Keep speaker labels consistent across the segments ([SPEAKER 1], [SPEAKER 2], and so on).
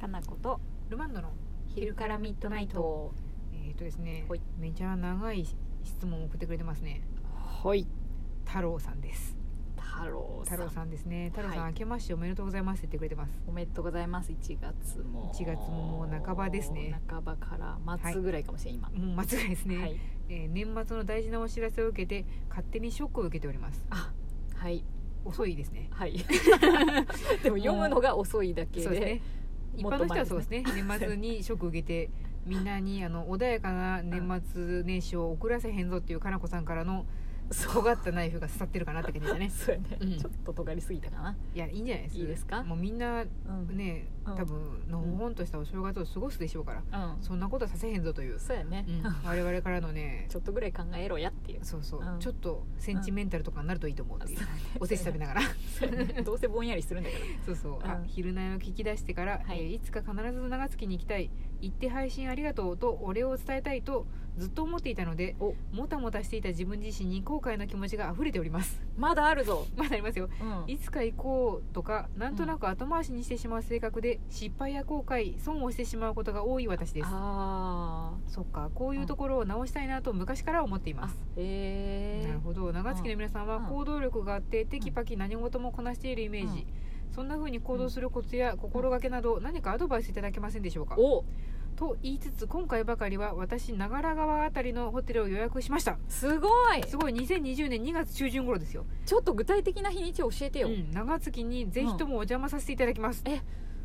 [SPEAKER 1] かなこと
[SPEAKER 2] ルマンドの
[SPEAKER 1] 昼からミッドナイト
[SPEAKER 2] えっ、とですね
[SPEAKER 1] ほい
[SPEAKER 2] めちゃ長い質問を送ってくれてますね
[SPEAKER 1] はい
[SPEAKER 2] 太郎さんです
[SPEAKER 1] 太郎さん
[SPEAKER 2] 太郎さんですね太郎さん、
[SPEAKER 1] はい
[SPEAKER 2] 明けましておめでとうございますって言ってくれてます
[SPEAKER 1] おめでとうございます1月も
[SPEAKER 2] 1月ももう半ばですね
[SPEAKER 1] 半ばから末ぐらいかもしれない、
[SPEAKER 2] もう間違いですね、
[SPEAKER 1] 今はい
[SPEAKER 2] えー年末の大事なお知らせを受けて勝手にショックを受けております
[SPEAKER 1] あはい
[SPEAKER 2] 遅いですね
[SPEAKER 1] はい でも読むのが遅いだけ
[SPEAKER 2] そうです
[SPEAKER 1] で
[SPEAKER 2] ね一般の人はそうですね年末にショックを受けてみんなにあの穏やかな年末年始を遅らせへんぞっていうかなこさんからの
[SPEAKER 1] そう
[SPEAKER 2] 尖ったナイフが刺さってるかなって感じでしたね
[SPEAKER 1] そうやね、
[SPEAKER 2] うん
[SPEAKER 1] ちょっと尖りすぎたかな、
[SPEAKER 2] いやいいんじゃないです
[SPEAKER 1] いいですか
[SPEAKER 2] もうみんな
[SPEAKER 1] うん
[SPEAKER 2] ね
[SPEAKER 1] うん
[SPEAKER 2] 多分のほほんとしたお正月を過ごすでしょうから
[SPEAKER 1] うん
[SPEAKER 2] そんなことはさせへんぞという、
[SPEAKER 1] そうやね、
[SPEAKER 2] うん我々からのね
[SPEAKER 1] ちょっとぐらい考えろやっていう
[SPEAKER 2] そうそう、
[SPEAKER 1] うん
[SPEAKER 2] ちょっとセンチメンタルとかになるといいと思うっていう、おせち食べながら
[SPEAKER 1] そうやねどうせぼんやりするんだから
[SPEAKER 2] そうそう、
[SPEAKER 1] う
[SPEAKER 2] あ
[SPEAKER 1] ん
[SPEAKER 2] 昼寝を聞き出してから、
[SPEAKER 1] はい
[SPEAKER 2] いえーいつか必ず長月に行きたい行って配信ありがとうとお礼を伝えたいとずっと思っていたので
[SPEAKER 1] お
[SPEAKER 2] もたもたしていた自分自身に後悔の気持ちが溢れております
[SPEAKER 1] まだあるぞ、
[SPEAKER 2] まだありますよ
[SPEAKER 1] うん
[SPEAKER 2] いつか行こうとかなんとなく後回しにしてしまう性格で失敗や後悔損をしてしまうことが多い私です
[SPEAKER 1] あ
[SPEAKER 2] そっかこういうところを直したいなと昔から思ってい
[SPEAKER 1] ー
[SPEAKER 2] ま
[SPEAKER 1] あ
[SPEAKER 2] す、
[SPEAKER 1] へえ
[SPEAKER 2] なるほど長月の皆さんは
[SPEAKER 1] うん
[SPEAKER 2] 行動力があってテキパキ何事もこなしているイメージ、そんな風に行動するコツや心がけなど何かアドバイスいただけませんでしょうか
[SPEAKER 1] お
[SPEAKER 2] と言いつつ今回ばかりは私長良川あたりのホテルを予約しました
[SPEAKER 1] すごい
[SPEAKER 2] すごい2020年2月中旬頃ですよ、
[SPEAKER 1] ちょっと具体的な日にち教えて
[SPEAKER 2] う
[SPEAKER 1] よ、
[SPEAKER 2] ん、長月にぜひともお邪魔させていただきます、
[SPEAKER 1] え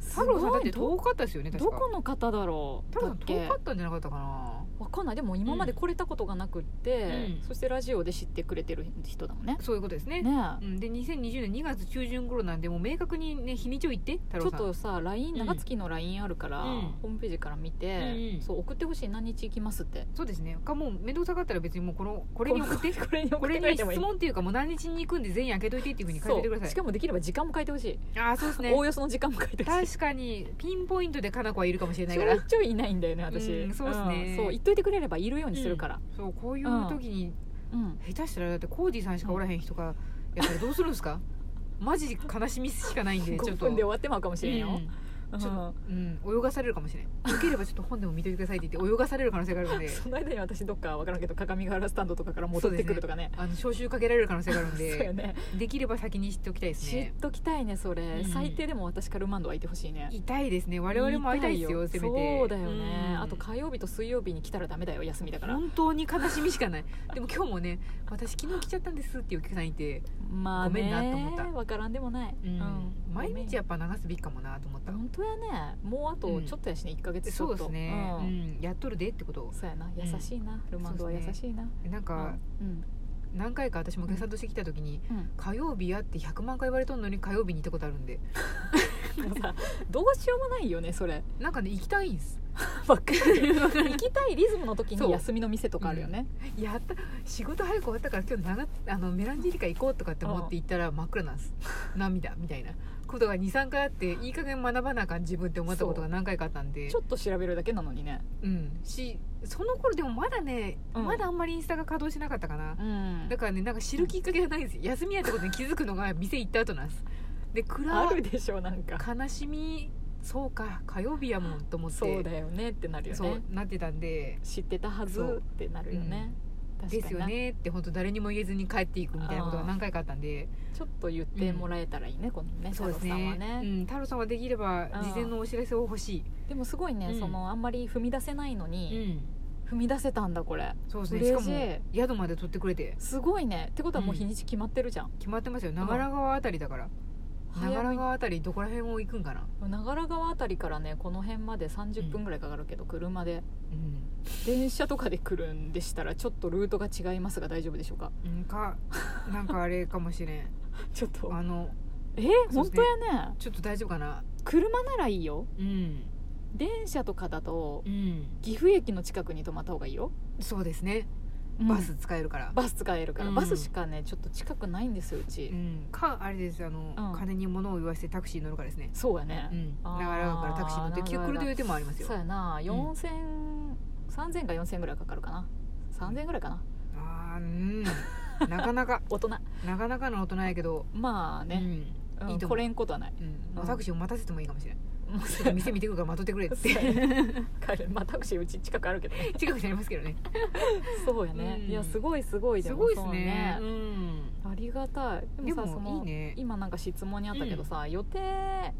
[SPEAKER 1] す
[SPEAKER 2] 太
[SPEAKER 1] ごい
[SPEAKER 2] 郎さんだって
[SPEAKER 1] ど
[SPEAKER 2] 遠かったですよね確
[SPEAKER 1] ど
[SPEAKER 2] か
[SPEAKER 1] この方だろう
[SPEAKER 2] 太郎さん
[SPEAKER 1] だっ
[SPEAKER 2] 遠
[SPEAKER 1] け
[SPEAKER 2] かったんじゃなかったかな
[SPEAKER 1] わかんないでも今まで来れたことがなくって、
[SPEAKER 2] うん
[SPEAKER 1] そしてラジオで知ってくれてる人だもんね
[SPEAKER 2] そういうことですね
[SPEAKER 1] ね
[SPEAKER 2] うん、で2020年2月中旬頃なんでもう明確にね日にちを言って太
[SPEAKER 1] ちょ
[SPEAKER 2] 郎
[SPEAKER 1] っと
[SPEAKER 2] さん
[SPEAKER 1] さ LINE
[SPEAKER 2] うん
[SPEAKER 1] 長月の LINE あるから、
[SPEAKER 2] うん
[SPEAKER 1] ホームページから見て、
[SPEAKER 2] うんうん
[SPEAKER 1] そう送ってほしい何日行きますって
[SPEAKER 2] そうですねかもう面倒くさかったら別にもうこのこれに送って
[SPEAKER 1] これに
[SPEAKER 2] こ
[SPEAKER 1] 送っ
[SPEAKER 2] れ
[SPEAKER 1] てくれ
[SPEAKER 2] に
[SPEAKER 1] て
[SPEAKER 2] 質
[SPEAKER 1] もいい
[SPEAKER 2] 問っていうかもう何日に行くんで全員開けといてっていうふうに書いてくだ
[SPEAKER 1] そう
[SPEAKER 2] さ
[SPEAKER 1] しかもできれば時間も書いてほしい、
[SPEAKER 2] いああそうです
[SPEAKER 1] おお
[SPEAKER 2] ね
[SPEAKER 1] よその時間も書いてほしい
[SPEAKER 2] 確かにピンポイントでかな子はいるかもしれない
[SPEAKER 1] ち
[SPEAKER 2] か
[SPEAKER 1] ょ
[SPEAKER 2] ら
[SPEAKER 1] いちょいいないんだよね私、
[SPEAKER 2] うんそうっすね
[SPEAKER 1] んそう言っといてくれればいるようにするから、
[SPEAKER 2] そうこういう時に
[SPEAKER 1] うん
[SPEAKER 2] 下手したらだってコーディさんしかおらへん人がやったらどうするんですかマジ悲しみしかない んでち
[SPEAKER 1] 5
[SPEAKER 2] ょっと
[SPEAKER 1] 分で終わってまうかもしれんよ、
[SPEAKER 2] うんちょっとうん、泳がされるかもしれ ないよければちょっと本でも見といてくださいって言って泳がされる可能性があるの
[SPEAKER 1] うん
[SPEAKER 2] で
[SPEAKER 1] その間に私どっかわからんけど鏡ヶ原スタンドとかから戻ってくるとかね
[SPEAKER 2] あの招集かけられる可能性があるん
[SPEAKER 1] そうよ
[SPEAKER 2] で
[SPEAKER 1] ね
[SPEAKER 2] できれば先に知っておきたいです
[SPEAKER 1] 知っ
[SPEAKER 2] ね
[SPEAKER 1] ときたいねそれ、
[SPEAKER 2] うん
[SPEAKER 1] 最低でも私からルマンドはいてほしいね
[SPEAKER 2] 痛いですね我々も会いたいですよせめて
[SPEAKER 1] そうだよね、
[SPEAKER 2] うん
[SPEAKER 1] あと火曜日と水曜日に来たらダメだよ休みだから
[SPEAKER 2] 本当に悲しみしかないでも今日もね私昨日来ちゃったんですっていうお客さんいて、
[SPEAKER 1] まあね
[SPEAKER 2] ごめんなと思った
[SPEAKER 1] わからんでもない、
[SPEAKER 2] うん毎日や
[SPEAKER 1] っ
[SPEAKER 2] っぱ流すべきかもなと思った
[SPEAKER 1] 本当やねもうあとちょっとやしね1か月ち
[SPEAKER 2] そ
[SPEAKER 1] ょっ
[SPEAKER 2] うで
[SPEAKER 1] と
[SPEAKER 2] すね、
[SPEAKER 1] うん
[SPEAKER 2] うんやっとるでってこと
[SPEAKER 1] そうやな優しいな、ルマンドは
[SPEAKER 2] そ
[SPEAKER 1] 優
[SPEAKER 2] うですね
[SPEAKER 1] しいな、
[SPEAKER 2] なんか
[SPEAKER 1] うん
[SPEAKER 2] 何回か私もお客さんとして来た時に
[SPEAKER 1] うん
[SPEAKER 2] 火曜日やって100万回言われとんのに火曜日に行ったことあるんで
[SPEAKER 1] もうさどうしようもないよねそれ
[SPEAKER 2] なんかね行きたいんです
[SPEAKER 1] ばっかり 行きたいリズムの時
[SPEAKER 2] そう
[SPEAKER 1] に休みの店とかあるよね、
[SPEAKER 2] やった仕事早く終わったから今日長あのメランジェリカ行こうとかって思って行ったら真っ暗なんです涙みたいなことが23回あっていい加減学ばなあかん自分って思ったことが何回かあったんで
[SPEAKER 1] ちょっと調べるだけなのにね
[SPEAKER 2] うんしその頃でもまだね、
[SPEAKER 1] うん
[SPEAKER 2] まだあんまりインスタが稼働しなかったかな、
[SPEAKER 1] うん
[SPEAKER 2] だからねなんか知るきっかけがないんですよ休みやってことに気づくのが店行った後なんですで
[SPEAKER 1] あ
[SPEAKER 2] 暗
[SPEAKER 1] る
[SPEAKER 2] い
[SPEAKER 1] でしょなんか
[SPEAKER 2] 悲しみそうか火曜日やもんと思って
[SPEAKER 1] そうだよねってなるよ
[SPEAKER 2] そ
[SPEAKER 1] ね
[SPEAKER 2] うなってたんで
[SPEAKER 1] 知ってたはず
[SPEAKER 2] そう
[SPEAKER 1] ってなるよね、確かに
[SPEAKER 2] ですよ
[SPEAKER 1] な
[SPEAKER 2] ねって本当誰にも言えずに帰っていくみたいなことが何回かあったんで
[SPEAKER 1] ちょっと言ってもらえたらいいね、このね佐藤さんはね、
[SPEAKER 2] うん、太郎さんはできれば
[SPEAKER 1] うん
[SPEAKER 2] 事前のお知らせを欲し
[SPEAKER 1] でもすごいね、
[SPEAKER 2] うん
[SPEAKER 1] そのあんまり踏み出せないの
[SPEAKER 2] い、
[SPEAKER 1] に、踏み出せたんだこれ
[SPEAKER 2] そうですねしか
[SPEAKER 1] 嬉しい
[SPEAKER 2] も宿まで取ってくれて
[SPEAKER 1] すごいねってことはもう
[SPEAKER 2] うん
[SPEAKER 1] 日にち決まってるじゃん、
[SPEAKER 2] 決まってますよ長良川あたりだから長
[SPEAKER 1] 早め
[SPEAKER 2] 良
[SPEAKER 1] に
[SPEAKER 2] 川あたりどこら辺を行くんかな、
[SPEAKER 1] 長良川あたりからねこの辺まで30分ぐらいかかるけど、車で
[SPEAKER 2] うん、
[SPEAKER 1] 電車とかで来るんでしたらちょっとルートが違いますが大丈夫でしょうか
[SPEAKER 2] うんかなんかあれかも しれん
[SPEAKER 1] ちょっと
[SPEAKER 2] あの
[SPEAKER 1] え
[SPEAKER 2] そう
[SPEAKER 1] 本
[SPEAKER 2] ですね
[SPEAKER 1] 当やね
[SPEAKER 2] ちょっと大丈夫かな
[SPEAKER 1] 車ならいいよ
[SPEAKER 2] うん
[SPEAKER 1] 電車とかだと
[SPEAKER 2] うん
[SPEAKER 1] 岐阜駅の近くに泊まった方がいいよ、
[SPEAKER 2] そうですねバ
[SPEAKER 1] う
[SPEAKER 2] ス
[SPEAKER 1] ん
[SPEAKER 2] 使えるから、
[SPEAKER 1] バス使えるから、
[SPEAKER 2] うん
[SPEAKER 1] バスしかねちょっと近くないんですようち、
[SPEAKER 2] うん、かあれですあの、
[SPEAKER 1] うん
[SPEAKER 2] 金に物を言わせてタクシーに乗るからですね
[SPEAKER 1] そうやね、
[SPEAKER 2] うん
[SPEAKER 1] あー
[SPEAKER 2] 長良川からタクシー乗って
[SPEAKER 1] 長良川
[SPEAKER 2] くるという手もありますよ
[SPEAKER 1] そうやな
[SPEAKER 2] うん
[SPEAKER 1] 4000、3000か4000ぐらいかかるかな3000ぐらいかな
[SPEAKER 2] あーうんなかなか
[SPEAKER 1] 大人
[SPEAKER 2] なかなかの大人やけど
[SPEAKER 1] まあね、
[SPEAKER 2] うんいいと思う
[SPEAKER 1] これんことはない
[SPEAKER 2] うん
[SPEAKER 1] うん
[SPEAKER 2] タクシーを待たせてもいいかもしれな
[SPEAKER 1] も
[SPEAKER 2] い
[SPEAKER 1] う
[SPEAKER 2] ちょ
[SPEAKER 1] そ
[SPEAKER 2] っと
[SPEAKER 1] れ
[SPEAKER 2] 店見てくるからまとってくれっ
[SPEAKER 1] そ
[SPEAKER 2] て
[SPEAKER 1] うやね 帰るまあタクシーうち近くあるけどね
[SPEAKER 2] 近くにありますけどね
[SPEAKER 1] そうやね、
[SPEAKER 2] うん
[SPEAKER 1] いやすごいすごいですも
[SPEAKER 2] ご いです
[SPEAKER 1] そう
[SPEAKER 2] ねうん
[SPEAKER 1] ありがたい
[SPEAKER 2] で
[SPEAKER 1] でもさそ
[SPEAKER 2] も
[SPEAKER 1] の
[SPEAKER 2] いいね
[SPEAKER 1] 今なんか質問にあったけどさ、予定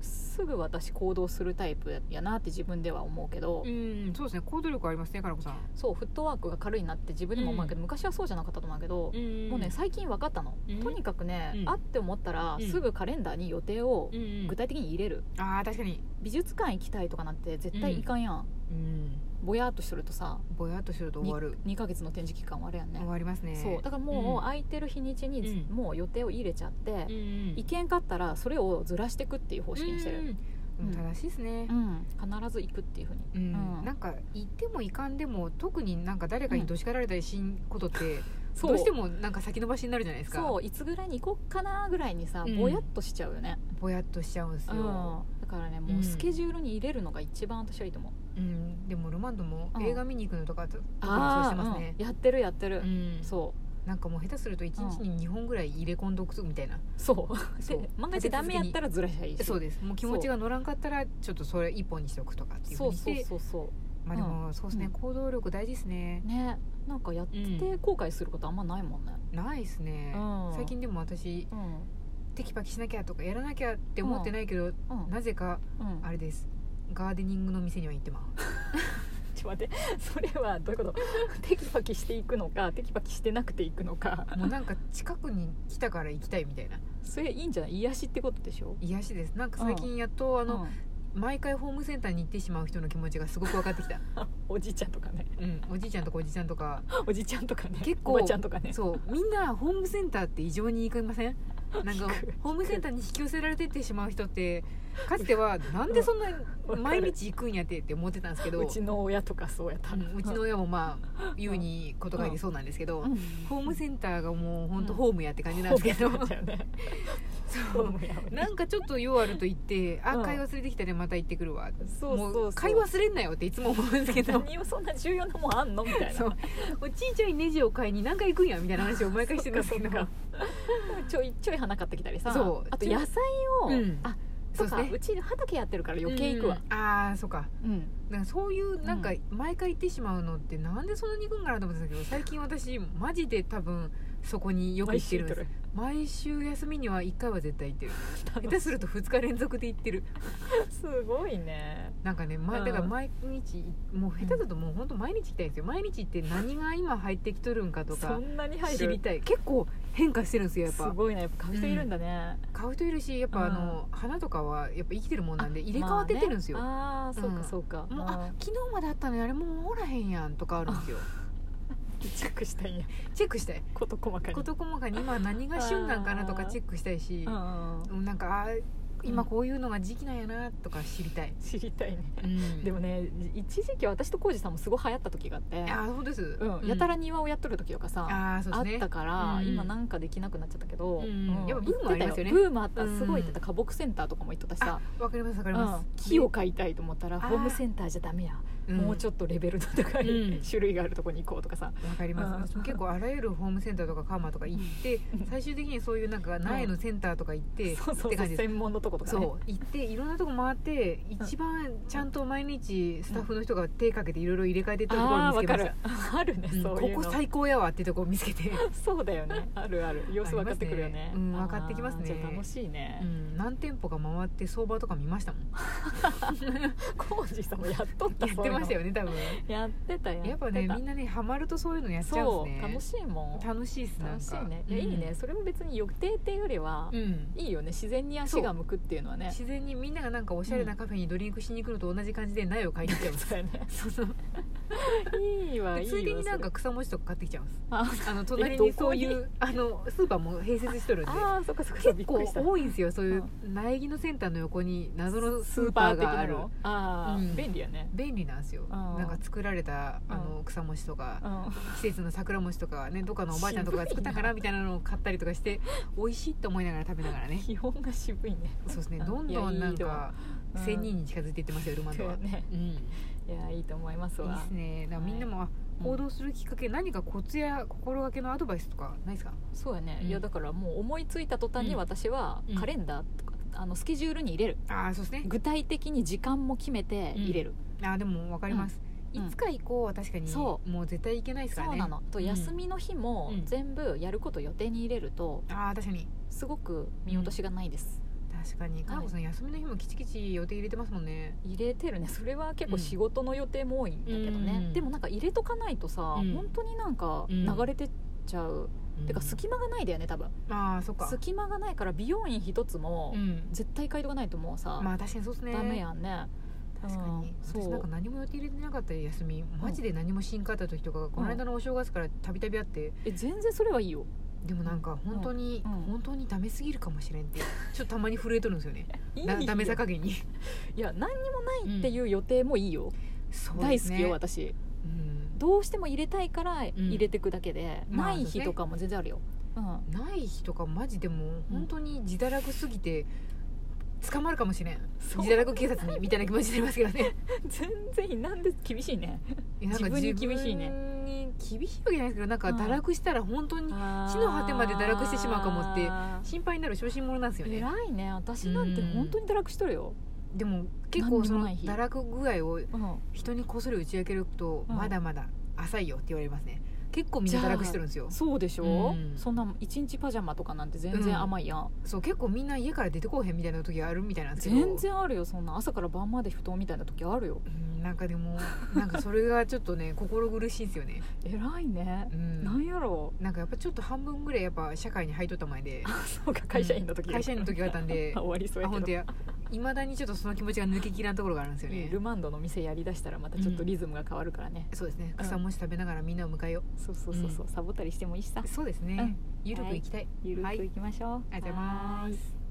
[SPEAKER 1] すぐ私行動するタイプやなって自分では思うけど、
[SPEAKER 2] うんそうですね行動力ありますねかなこさん
[SPEAKER 1] そうフットワークが軽いなって自分でも思うけど、昔はそうじゃなかったと思うけど、もう
[SPEAKER 2] も
[SPEAKER 1] ね最近分かったの、
[SPEAKER 2] うん
[SPEAKER 1] とにかくね、
[SPEAKER 2] うん
[SPEAKER 1] あって思ったら、
[SPEAKER 2] うん
[SPEAKER 1] すぐカレンダーに予定を具体的に入れる、
[SPEAKER 2] ああ確かに
[SPEAKER 1] 美術館行きたいとかなんて絶対いかんやん、
[SPEAKER 2] うん
[SPEAKER 1] ぼやっとしとるとさ
[SPEAKER 2] ぼやっとすると終わる
[SPEAKER 1] 2ヶ月の展示期間はあれやんね
[SPEAKER 2] 終わりますね
[SPEAKER 1] そうだからもう
[SPEAKER 2] うん
[SPEAKER 1] 空いてる日にちに、
[SPEAKER 2] うん
[SPEAKER 1] もう予定を入れちゃって、
[SPEAKER 2] うんうん
[SPEAKER 1] 行けんかったらそれをずらしていくっていう方式にしてる、
[SPEAKER 2] うんでも正しいですね
[SPEAKER 1] うん必ず行くっていうふうに
[SPEAKER 2] うん
[SPEAKER 1] うん
[SPEAKER 2] なんか行っても行かんでも特になんか誰かにどしかられたりしんことってどうして
[SPEAKER 1] も
[SPEAKER 2] もなんか先延ばしになるじゃないですか
[SPEAKER 1] そういつぐらいに行こうかなぐらいにさ
[SPEAKER 2] うん
[SPEAKER 1] ぼやっとしちゃうよね、
[SPEAKER 2] ぼやっとしちゃうんです
[SPEAKER 1] う
[SPEAKER 2] よ
[SPEAKER 1] んだからね
[SPEAKER 2] う
[SPEAKER 1] も
[SPEAKER 2] ん
[SPEAKER 1] うスケジュールに入れるのが一番私はいいと思う、
[SPEAKER 2] うんでもロマンドも
[SPEAKER 1] うん
[SPEAKER 2] 映画見に行くのとかと特にそうしてますね
[SPEAKER 1] うんやってるやってる、
[SPEAKER 2] うん
[SPEAKER 1] そ
[SPEAKER 2] なんかもう下手すると一日に2本ぐらい入れ込んどくみたいな
[SPEAKER 1] う そう
[SPEAKER 2] そう
[SPEAKER 1] で万が一ダメやったらずらしゃいいし
[SPEAKER 2] そうですもう気持ちが乗らんかったらちょっとそれ一本にしておくとかっていうふ
[SPEAKER 1] そうう
[SPEAKER 2] にし
[SPEAKER 1] そう
[SPEAKER 2] て
[SPEAKER 1] そうそ
[SPEAKER 2] まあでもそうですね、
[SPEAKER 1] うん
[SPEAKER 2] 行動力大事ですね
[SPEAKER 1] うねなんかやって
[SPEAKER 2] う
[SPEAKER 1] 後悔することあんまないもんね、
[SPEAKER 2] ないですね、
[SPEAKER 1] うん
[SPEAKER 2] 最近でも私
[SPEAKER 1] うん
[SPEAKER 2] テキパキしなきゃとかやらなきゃって思ってないけど、
[SPEAKER 1] うん
[SPEAKER 2] なぜか
[SPEAKER 1] うん、
[SPEAKER 2] あれですガーデニングの店には行ってます
[SPEAKER 1] ちょっと待って それはどういうこと テキパキしていくのかテキパキしてなくていくのか
[SPEAKER 2] もうなんか近くに来たから行きたいみたいな
[SPEAKER 1] それいいんじゃない癒しってことでしょ
[SPEAKER 2] 癒しですなんか最近やっとあ
[SPEAKER 1] あ
[SPEAKER 2] の、毎回ホームセンターに行ってしまう人の気持ちがすごく分か ってきた、
[SPEAKER 1] おじいちゃんとかね
[SPEAKER 2] うん、おじいちゃんとかおじいちゃんとか
[SPEAKER 1] おじいちゃんとかね
[SPEAKER 2] 結構
[SPEAKER 1] おばちゃんとかね
[SPEAKER 2] そうみんなホームセンターって異常に行きませんなんか
[SPEAKER 1] 行く
[SPEAKER 2] ホームセンターに引き寄せられてってしまう人ってかつ てはなんでそんな
[SPEAKER 1] わかる
[SPEAKER 2] 毎日行くんやってって思ってたんですけ ど
[SPEAKER 1] うちの親とかそうやった、
[SPEAKER 2] うんうちの親もまあ言うにことがいてそうなんですけど
[SPEAKER 1] うん
[SPEAKER 2] ホームセンターがもうほんと
[SPEAKER 1] うん
[SPEAKER 2] ホームやって感じなんですけど、
[SPEAKER 1] ホームだよね
[SPEAKER 2] そ
[SPEAKER 1] ホー
[SPEAKER 2] う
[SPEAKER 1] ムやわね
[SPEAKER 2] なんかちょっと用あると言って「あ
[SPEAKER 1] うん
[SPEAKER 2] 買い忘れてきたでまた行ってくるわ」
[SPEAKER 1] そうそうそう
[SPEAKER 2] もう買い忘れんなよ」っていつも思うんです けど。
[SPEAKER 1] 何をそんな重要なもんあんのみたいな
[SPEAKER 2] そうおちいちゃいネジを買いに何回行くんやみたいな話を毎回してるんですけど
[SPEAKER 1] そっかちょいちょい花買ってきたりさ
[SPEAKER 2] そう
[SPEAKER 1] あと野菜を、
[SPEAKER 2] うん
[SPEAKER 1] あと
[SPEAKER 2] そ
[SPEAKER 1] か
[SPEAKER 2] う
[SPEAKER 1] う,、
[SPEAKER 2] ですね
[SPEAKER 1] ち畑やってるから余計行くわ、
[SPEAKER 2] うんああそうか
[SPEAKER 1] うん
[SPEAKER 2] なんかそういうなんか
[SPEAKER 1] う
[SPEAKER 2] 毎回行ってしまうのってなんでそんなに行くんかなと思ってたんですけど最近私マジで多分そこによく行ってるんです
[SPEAKER 1] 毎週
[SPEAKER 2] 毎週休みには1回は絶対行って る
[SPEAKER 1] 行って
[SPEAKER 2] 下
[SPEAKER 1] る
[SPEAKER 2] 手すると2日連続で行ってる
[SPEAKER 1] すごいね
[SPEAKER 2] なんかね、ま、
[SPEAKER 1] うん
[SPEAKER 2] だから毎日もう下手だともう本当毎日行きたいんですよ毎日行って何が今入ってきとるんかと
[SPEAKER 1] そ
[SPEAKER 2] か
[SPEAKER 1] んなに入る
[SPEAKER 2] 知りたい結構変化してるんですよやっ
[SPEAKER 1] す
[SPEAKER 2] ぱ
[SPEAKER 1] ごいねやっぱ買う人いるんだね、
[SPEAKER 2] 買う人いるしやっぱあの、花とかはやっぱ生きてるもんなんで入れ替わってってるんですよ、
[SPEAKER 1] まあね、あーそう
[SPEAKER 2] うん
[SPEAKER 1] かそうか、
[SPEAKER 2] もう
[SPEAKER 1] あ
[SPEAKER 2] あ昨日まであったのにあれもうおらへんやんとかあるんですよ
[SPEAKER 1] ーチェックしたいんや
[SPEAKER 2] チェックしたい
[SPEAKER 1] こと細かに
[SPEAKER 2] 事細かに今何が旬なんかなとか
[SPEAKER 1] あー
[SPEAKER 2] チェックしたいし
[SPEAKER 1] う、んうんうん
[SPEAKER 2] なんかあー今こういうのが時期なんやなとか知りたい、
[SPEAKER 1] 知りたいね、
[SPEAKER 2] うん、
[SPEAKER 1] でもね一時期私と浩二さんもすごい流行った時があって
[SPEAKER 2] あーそうです、
[SPEAKER 1] うん、やたら庭をやっとる時とかさ、
[SPEAKER 2] あーそ
[SPEAKER 1] あ
[SPEAKER 2] う
[SPEAKER 1] っ
[SPEAKER 2] ですね
[SPEAKER 1] たから、
[SPEAKER 2] うん
[SPEAKER 1] 今なんかできなくなっちゃったけど、
[SPEAKER 2] うんやっぱブームありますよ
[SPEAKER 1] 行ってた
[SPEAKER 2] ね
[SPEAKER 1] ブームあった
[SPEAKER 2] うん
[SPEAKER 1] すごいってた花木センターとかも行っとったしさ、
[SPEAKER 2] わかりますわか
[SPEAKER 1] う
[SPEAKER 2] ります、
[SPEAKER 1] ん木を買いたいと思ったら
[SPEAKER 2] ー
[SPEAKER 1] ホームセンターじゃダメや、もうちょ
[SPEAKER 2] っ
[SPEAKER 1] っとレベルの高い、
[SPEAKER 2] うん
[SPEAKER 1] 種類があるとこに行こうとかさ、
[SPEAKER 2] とわかります、
[SPEAKER 1] うん
[SPEAKER 2] 結構あらゆるホームセンターとかカーマとか行って、
[SPEAKER 1] うん
[SPEAKER 2] 最終的にそういうなんか苗のセンターとか行っ て、
[SPEAKER 1] そうそうそう
[SPEAKER 2] って感じです
[SPEAKER 1] 専門のとことか
[SPEAKER 2] そ
[SPEAKER 1] ね
[SPEAKER 2] う行っていろんなとこ回って一番ちゃんと毎日スタッフの人が手かけていろいろ入れ替えてったところ
[SPEAKER 1] あ
[SPEAKER 2] を
[SPEAKER 1] あ
[SPEAKER 2] 見つ
[SPEAKER 1] わ
[SPEAKER 2] け
[SPEAKER 1] か
[SPEAKER 2] まし
[SPEAKER 1] る
[SPEAKER 2] た
[SPEAKER 1] あるね、
[SPEAKER 2] うん
[SPEAKER 1] そういうの
[SPEAKER 2] ここ最高やわってとこを見つけて、
[SPEAKER 1] そうだよねあるある様子分かってくるよね
[SPEAKER 2] ありますねうん
[SPEAKER 1] あー
[SPEAKER 2] 分かってきますね
[SPEAKER 1] じゃあ楽しいうね
[SPEAKER 2] ん、何店舗か回って相場とか見ま したもん
[SPEAKER 1] 浩二、さんもやっとった
[SPEAKER 2] やってました
[SPEAKER 1] よ
[SPEAKER 2] よね多分
[SPEAKER 1] やってたやってた
[SPEAKER 2] やっぱねみんなねハマるとそういうのやっちゃうん
[SPEAKER 1] そ
[SPEAKER 2] で
[SPEAKER 1] う
[SPEAKER 2] す
[SPEAKER 1] 楽し
[SPEAKER 2] ね
[SPEAKER 1] いもん
[SPEAKER 2] 楽しいっすなん
[SPEAKER 1] 楽
[SPEAKER 2] か
[SPEAKER 1] しいねいやいいねそれも別に予定っていうよりは
[SPEAKER 2] うん、うん
[SPEAKER 1] いいよね自然に足が向くっていうのはね
[SPEAKER 2] 自然にみんながなんかおしゃれなカフェにドリンクしに行くのと同じ感じで苗を買いに行っちゃうんで す
[SPEAKER 1] そうやね
[SPEAKER 2] そうそう
[SPEAKER 1] いいわいいわ
[SPEAKER 2] つ いでになん
[SPEAKER 1] そ
[SPEAKER 2] か
[SPEAKER 1] れ
[SPEAKER 2] 草餅とか買ってきちゃうんです
[SPEAKER 1] あ
[SPEAKER 2] あの隣
[SPEAKER 1] どこ
[SPEAKER 2] に
[SPEAKER 1] に
[SPEAKER 2] そういうあのスーパーも併設しとるんで
[SPEAKER 1] あーそっかそっかび
[SPEAKER 2] 結
[SPEAKER 1] っくりした
[SPEAKER 2] 構多いんですよそういう苗木のセンターの横に謎のスーパーがある
[SPEAKER 1] スーパー的なのあ
[SPEAKER 2] うん
[SPEAKER 1] ー便利やね
[SPEAKER 2] 便利なんですよ
[SPEAKER 1] うん
[SPEAKER 2] なんか作られたあの草餅とか季節の桜餅とかねどっかのおばあちゃんとかが作ったから
[SPEAKER 1] 渋
[SPEAKER 2] みたいなのを買ったりとかして美味しいと思いながら食べながらね
[SPEAKER 1] 基本が渋いね
[SPEAKER 2] そうですね
[SPEAKER 1] うん
[SPEAKER 2] どんどんなんか
[SPEAKER 1] いやいいと思う
[SPEAKER 2] 1000人に近づいていってますよルマ ン
[SPEAKER 1] そ
[SPEAKER 2] ド
[SPEAKER 1] う
[SPEAKER 2] は
[SPEAKER 1] や。ね
[SPEAKER 2] うん、いい
[SPEAKER 1] いやいいと思います
[SPEAKER 2] で
[SPEAKER 1] わ
[SPEAKER 2] すねだからみんなも、あ
[SPEAKER 1] うん
[SPEAKER 2] 行動するきっかけ、何かコツや心がけのアドバイスとかないですか
[SPEAKER 1] そうやね、
[SPEAKER 2] うん
[SPEAKER 1] いやだからもう思いついた途端
[SPEAKER 2] う
[SPEAKER 1] に
[SPEAKER 2] ん
[SPEAKER 1] 私は
[SPEAKER 2] うん
[SPEAKER 1] カレンダーとか、あのスケジュールに入れる
[SPEAKER 2] ああそうですね
[SPEAKER 1] 具体的に時間も決めて入れる、
[SPEAKER 2] あーでも分かります、
[SPEAKER 1] うん
[SPEAKER 2] いつか行こうは確かに
[SPEAKER 1] そ
[SPEAKER 2] もう絶対行けないですから
[SPEAKER 1] そ
[SPEAKER 2] ね
[SPEAKER 1] うなのと
[SPEAKER 2] うん
[SPEAKER 1] 休みの日も
[SPEAKER 2] うん
[SPEAKER 1] 全部やること予定に入れると
[SPEAKER 2] ああ確かに
[SPEAKER 1] すごく見落としがないです、
[SPEAKER 2] 確かにかなこさん休みの日もきちきち予定入れてますもんね
[SPEAKER 1] 入れてるねそれは結構仕事の予定も多いんだけどね、
[SPEAKER 2] うん
[SPEAKER 1] でもなんか入れとかないとさ、
[SPEAKER 2] うん
[SPEAKER 1] 本当になんか
[SPEAKER 2] うん
[SPEAKER 1] 流れてっちゃう、てか隙間がないだよね多分
[SPEAKER 2] ああそっか
[SPEAKER 1] 隙間がないから美容院一つも
[SPEAKER 2] うん
[SPEAKER 1] 絶対回答がないともうさ、
[SPEAKER 2] まあ確かにそうですね
[SPEAKER 1] ダメやんね
[SPEAKER 2] 確かに
[SPEAKER 1] うん
[SPEAKER 2] 私
[SPEAKER 1] そう
[SPEAKER 2] なんか何も予定入れてなかった休みマジで何もしんかった時とかこの間のお正月からたびたびあって
[SPEAKER 1] え全然それはいいよ
[SPEAKER 2] でもなんか本当に、
[SPEAKER 1] うんうん
[SPEAKER 2] 本当にダメすぎるかもしれんってちょっとたまに震えとるんですよね
[SPEAKER 1] いい
[SPEAKER 2] だ
[SPEAKER 1] よ
[SPEAKER 2] ダメさ加減に
[SPEAKER 1] いや何にもないっていう予定もいいよ、
[SPEAKER 2] そう
[SPEAKER 1] 大
[SPEAKER 2] で
[SPEAKER 1] 好
[SPEAKER 2] すね
[SPEAKER 1] きよ私
[SPEAKER 2] うん
[SPEAKER 1] どうしても入れたいから入れてくだけで、
[SPEAKER 2] うん
[SPEAKER 1] な
[SPEAKER 2] まあ
[SPEAKER 1] い日とかも全然あるよ、うん
[SPEAKER 2] ない日とかマジでもう本当に自堕落すぎて捕まるかもしれん自
[SPEAKER 1] そう
[SPEAKER 2] 堕落警察にみたいな気持ちになりますけどね
[SPEAKER 1] 全然なんで厳しいね
[SPEAKER 2] いやなんか
[SPEAKER 1] 自分に厳しいね
[SPEAKER 2] 自分に厳しいわけじゃないですけどなんか
[SPEAKER 1] うん
[SPEAKER 2] 堕落したら本当
[SPEAKER 1] 地
[SPEAKER 2] にの果てまで堕落してしまうかもって心配になる小心者なんですよね
[SPEAKER 1] 偉いね私なんて本当に堕落しとるよ、
[SPEAKER 2] でも結構その
[SPEAKER 1] 何にもな
[SPEAKER 2] 堕落具合を
[SPEAKER 1] うん
[SPEAKER 2] 人にこっそり打ち明けると
[SPEAKER 1] うん
[SPEAKER 2] まだまだ浅いよって言われますね結構みんな堕落してるんですよ
[SPEAKER 1] そうでしょ、
[SPEAKER 2] うん
[SPEAKER 1] そんな一日パジャマとかなんて全然甘いやん、
[SPEAKER 2] そう結構みんな家から出てこうへんみたいな時あるみたいなんですけど
[SPEAKER 1] 全然あるよそんな朝から晩まで布団みたいな時あるよ
[SPEAKER 2] うんなんか でもなんかそれがちょっとね心苦しいんですよね
[SPEAKER 1] 偉いね
[SPEAKER 2] う、
[SPEAKER 1] なん
[SPEAKER 2] ん
[SPEAKER 1] やろ
[SPEAKER 2] なんかやっぱちょっと半分ぐらいやっぱ社会に入っとった前で
[SPEAKER 1] うそうか会社員の時、
[SPEAKER 2] うん会社員の時があったん で
[SPEAKER 1] 終わりそう
[SPEAKER 2] あ
[SPEAKER 1] やけ
[SPEAKER 2] 本
[SPEAKER 1] ど
[SPEAKER 2] 当やいまだにちょっとその気持ちが抜けきらんところがあるんですよね
[SPEAKER 1] ルマンドの店やりだしたらまたちょっとリズムが変わるからね、
[SPEAKER 2] そうですね草もし食べながらみんなを迎えよ
[SPEAKER 1] そうそうそうそう、サボったりしてもいいしさ
[SPEAKER 2] うそうです
[SPEAKER 1] う
[SPEAKER 2] ね
[SPEAKER 1] ん
[SPEAKER 2] ゆるくいきたい
[SPEAKER 1] ゆるくいきましょう、
[SPEAKER 2] ありがとうござい
[SPEAKER 1] は
[SPEAKER 2] ます
[SPEAKER 1] ーい